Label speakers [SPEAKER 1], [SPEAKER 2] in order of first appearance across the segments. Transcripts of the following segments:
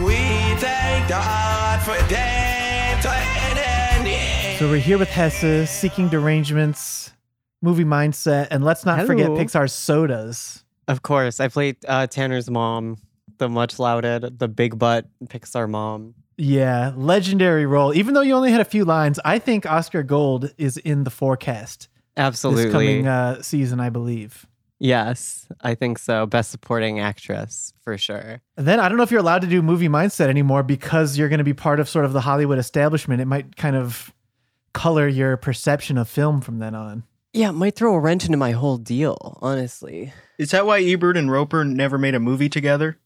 [SPEAKER 1] We thank God for dance and ending.
[SPEAKER 2] So we're here with Hesse, Seeking Derangements, Movie Mindset, and let's not forget
[SPEAKER 3] Hello.
[SPEAKER 2] Pixar's Sodas.
[SPEAKER 3] Of course, I played uh, Tanner's mom, the much lauded, the big butt Pixar mom.
[SPEAKER 2] Yeah, legendary role. Even though you only had a few lines, I think Oscar Gold is in the forecast
[SPEAKER 3] Absolutely.
[SPEAKER 2] this coming uh, season, I believe.
[SPEAKER 3] yes, I think so. Best supporting actress for sure.
[SPEAKER 2] And then I don't know if you're allowed to do movie mindset anymore because you're going to be part of sort of the Hollywood establishment. It might kind of color your perception of film from then on.
[SPEAKER 3] Yeah, it might throw a wrench into my whole deal, honestly.
[SPEAKER 4] Is that why Ebert and Roper never made a movie together?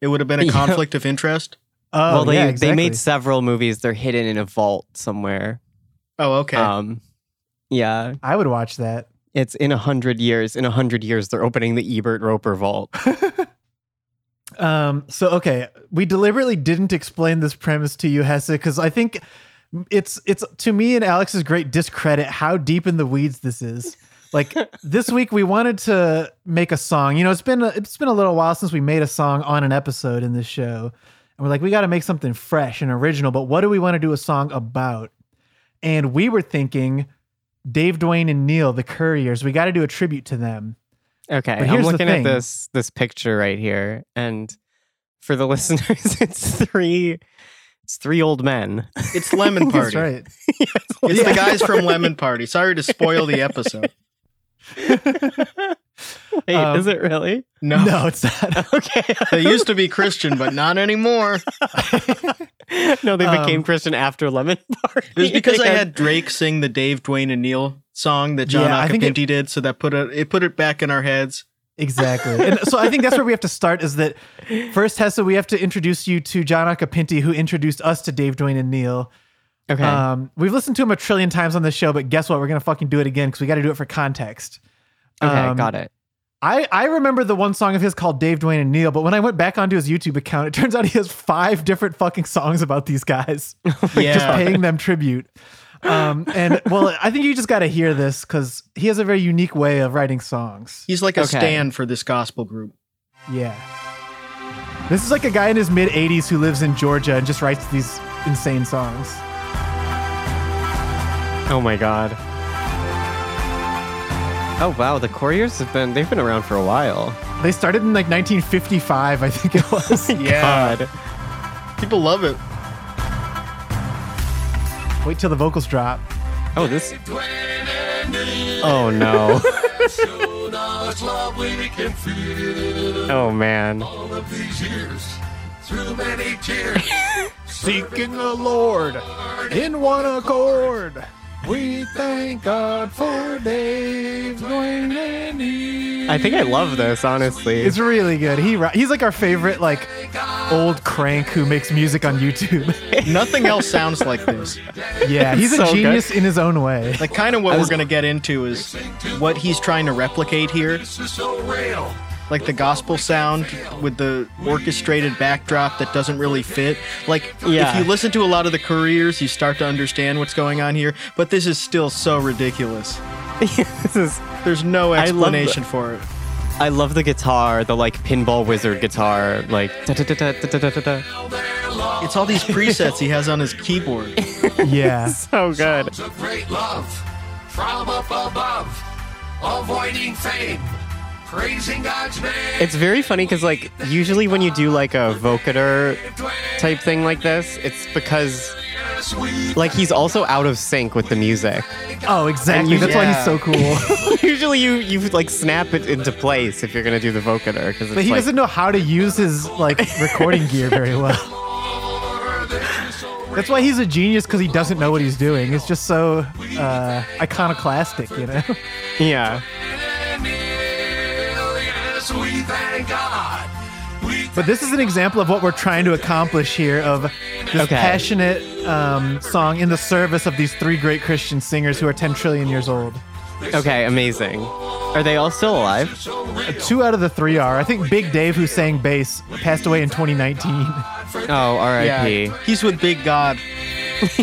[SPEAKER 4] It would have been a
[SPEAKER 3] Yeah.
[SPEAKER 4] conflict of interest.
[SPEAKER 2] Oh,
[SPEAKER 3] well, they,
[SPEAKER 2] yeah,
[SPEAKER 3] they
[SPEAKER 2] exactly.
[SPEAKER 3] made several movies. They're hidden in a vault somewhere.
[SPEAKER 4] Oh, okay.
[SPEAKER 3] Um, yeah,
[SPEAKER 2] I would watch that.
[SPEAKER 3] it's in a hundred years. In a hundred years, they're opening the Ebert Roper vault.
[SPEAKER 2] Um, so okay, we deliberately didn't explain this premise to you, Hesse, because I think it's it's to me and Alex's great discredit how deep in the weeds this is. Like this week, we wanted to make a song. You know, it's been a, it's been a little while since we made a song on an episode in this show, and we're like, we got to make something fresh and original. But what do we want to do a song about? And we were thinking, Dave, Dwayne, and Neil, the Couriers. We got to do a tribute to them.
[SPEAKER 3] Okay,
[SPEAKER 2] But
[SPEAKER 3] I'm
[SPEAKER 2] here's the
[SPEAKER 3] looking
[SPEAKER 2] thing.
[SPEAKER 3] at this this picture right here, and for the listeners, it's three it's three old men.
[SPEAKER 4] it's Lemon
[SPEAKER 2] That's
[SPEAKER 4] Party.
[SPEAKER 2] right.
[SPEAKER 4] It's
[SPEAKER 2] Yeah.
[SPEAKER 4] the guys from Lemon Party. Sorry to spoil the episode.
[SPEAKER 3] Wait,
[SPEAKER 2] Um,
[SPEAKER 3] is it really?
[SPEAKER 4] No.
[SPEAKER 2] No, it's not.
[SPEAKER 3] Okay,
[SPEAKER 4] They used to be Christian, but not anymore.
[SPEAKER 3] no, they became
[SPEAKER 2] Um,
[SPEAKER 3] Christian after Lemon Party.
[SPEAKER 4] It was because I
[SPEAKER 3] They
[SPEAKER 4] had Drake sing the Dave, Dwayne, and Neil song that John
[SPEAKER 2] Yeah, I think it-
[SPEAKER 4] Acapinti did, so that put it it put it back in our heads.
[SPEAKER 2] Exactly. And so I think that's where we have to start is that first, Hessa, we have to introduce you to John Acapinti, who introduced us to Dave Dwayne and Neil.
[SPEAKER 3] okay.
[SPEAKER 2] Um, we've listened to him a trillion times on this show, but guess what? We're going to fucking do it again because we got to do it for context.
[SPEAKER 3] okay,
[SPEAKER 2] um,
[SPEAKER 3] got it.
[SPEAKER 2] I, I remember the one song of his called Dave Dwayne and Neil, but when I went back onto his YouTube account, it turns out he has five different fucking songs about these guys,
[SPEAKER 3] Oh
[SPEAKER 4] Yeah.
[SPEAKER 2] just paying them tribute. Um, and well, I think you just got to hear this because he has a very unique way of writing songs.
[SPEAKER 4] He's like a
[SPEAKER 3] Okay.
[SPEAKER 4] stand for this gospel group.
[SPEAKER 2] Yeah. This is like a guy in his mid 80s who lives in Georgia and just writes these insane songs.
[SPEAKER 3] Oh my god. Oh wow, the couriers have been they've been around for a while.
[SPEAKER 2] They started in like 1955, I think it was.
[SPEAKER 3] God.
[SPEAKER 4] People love it.
[SPEAKER 2] Wait till the vocals drop.
[SPEAKER 3] Oh this Oh no.
[SPEAKER 5] Showed us love we can feel
[SPEAKER 3] Oh man.
[SPEAKER 5] all of these years through many tears.
[SPEAKER 2] Seeking the Lord in one accord. We thank God for Dave Dwayne and
[SPEAKER 3] I think I love this, honestly.
[SPEAKER 2] It's really good. He ri- he's like our favorite like old crank who makes music on YouTube.
[SPEAKER 4] Nothing else sounds like this.
[SPEAKER 2] yeah, he's
[SPEAKER 3] So
[SPEAKER 2] a
[SPEAKER 3] good.
[SPEAKER 2] genius in his own way.
[SPEAKER 4] Like kind of what
[SPEAKER 3] I
[SPEAKER 4] we're
[SPEAKER 3] was-
[SPEAKER 4] going to get into is what he's trying to replicate here,
[SPEAKER 5] This is so real.
[SPEAKER 4] like the gospel sound with the orchestrated backdrop that doesn't really fit. Like
[SPEAKER 3] Yeah.
[SPEAKER 4] if you listen to a lot of the careers, you start to understand what's going on here, but this is still so ridiculous.
[SPEAKER 3] this is
[SPEAKER 4] There's no
[SPEAKER 3] I love the-
[SPEAKER 4] explanation for it.
[SPEAKER 3] I love the guitar, the like pinball wizard guitar, like da da da da da da da da.
[SPEAKER 4] It's all these presets he has on his keyboard.
[SPEAKER 2] Yeah.
[SPEAKER 3] So good.
[SPEAKER 5] It's a great love from up above, avoiding fame, praising God's name.
[SPEAKER 3] It's very funny because like usually when you do like a vocoder type thing like this, it's because like he's also out of sync with the music.
[SPEAKER 2] Oh, exactly.
[SPEAKER 3] you-
[SPEAKER 2] That's why he's
[SPEAKER 4] yeah.
[SPEAKER 2] so cool.
[SPEAKER 3] usually you you like snap it into place if you're gonna do the vocoder because
[SPEAKER 2] But he doesn't know how to use his like recording gear very well. That's why he's a genius because he doesn't know what he's doing. It's just so uh, iconoclastic, you know.
[SPEAKER 3] Yeah.
[SPEAKER 5] Yes, we thank God. We
[SPEAKER 2] But this is an example of what we're trying to accomplish here of this
[SPEAKER 3] Okay.
[SPEAKER 2] passionate um, song in the service of these three great Christian singers who are 10 trillion years old.
[SPEAKER 3] Okay. Amazing. Are they all still alive?
[SPEAKER 2] Uh, Two out of the three are. I think Big Dave, who sang bass, passed away in 2019.
[SPEAKER 3] Oh, R.I.P.
[SPEAKER 4] He's with Big God.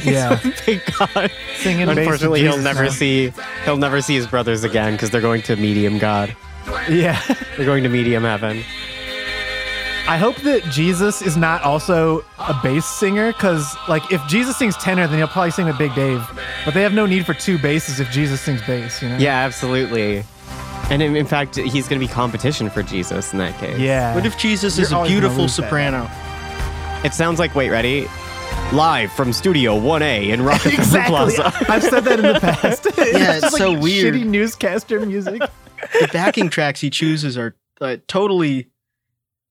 [SPEAKER 2] yeah,
[SPEAKER 3] Thank God.
[SPEAKER 2] singing bass. with
[SPEAKER 3] Unfortunately, he'll
[SPEAKER 2] Jesus
[SPEAKER 3] never
[SPEAKER 2] now.
[SPEAKER 3] see he'll never see his brothers again because they're going to medium God.
[SPEAKER 2] Yeah.
[SPEAKER 3] They're going to medium heaven.
[SPEAKER 2] I hope that Jesus is not also a bass singer because, like, if Jesus sings tenor, then he'll probably sing with Big Dave. But they have no need for two basses if Jesus sings bass, you know?
[SPEAKER 3] Yeah, absolutely. And in, in fact, he's going to be competition for Jesus in that case.
[SPEAKER 2] Yeah.
[SPEAKER 4] What if Jesus is
[SPEAKER 2] You're
[SPEAKER 4] a
[SPEAKER 2] always gonna
[SPEAKER 4] beautiful
[SPEAKER 2] lose that.
[SPEAKER 4] soprano?
[SPEAKER 3] It sounds like, wait, ready? Live from Studio 1A in Rockefeller
[SPEAKER 2] exactly.
[SPEAKER 3] Plaza.
[SPEAKER 2] I've said that in the past.
[SPEAKER 4] Yeah, it's
[SPEAKER 2] just, like,
[SPEAKER 4] so weird.
[SPEAKER 2] Shitty newscaster music.
[SPEAKER 4] The backing tracks he chooses are uh, totally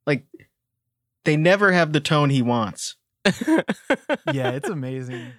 [SPEAKER 4] like they never have the tone he wants.
[SPEAKER 2] yeah, it's amazing.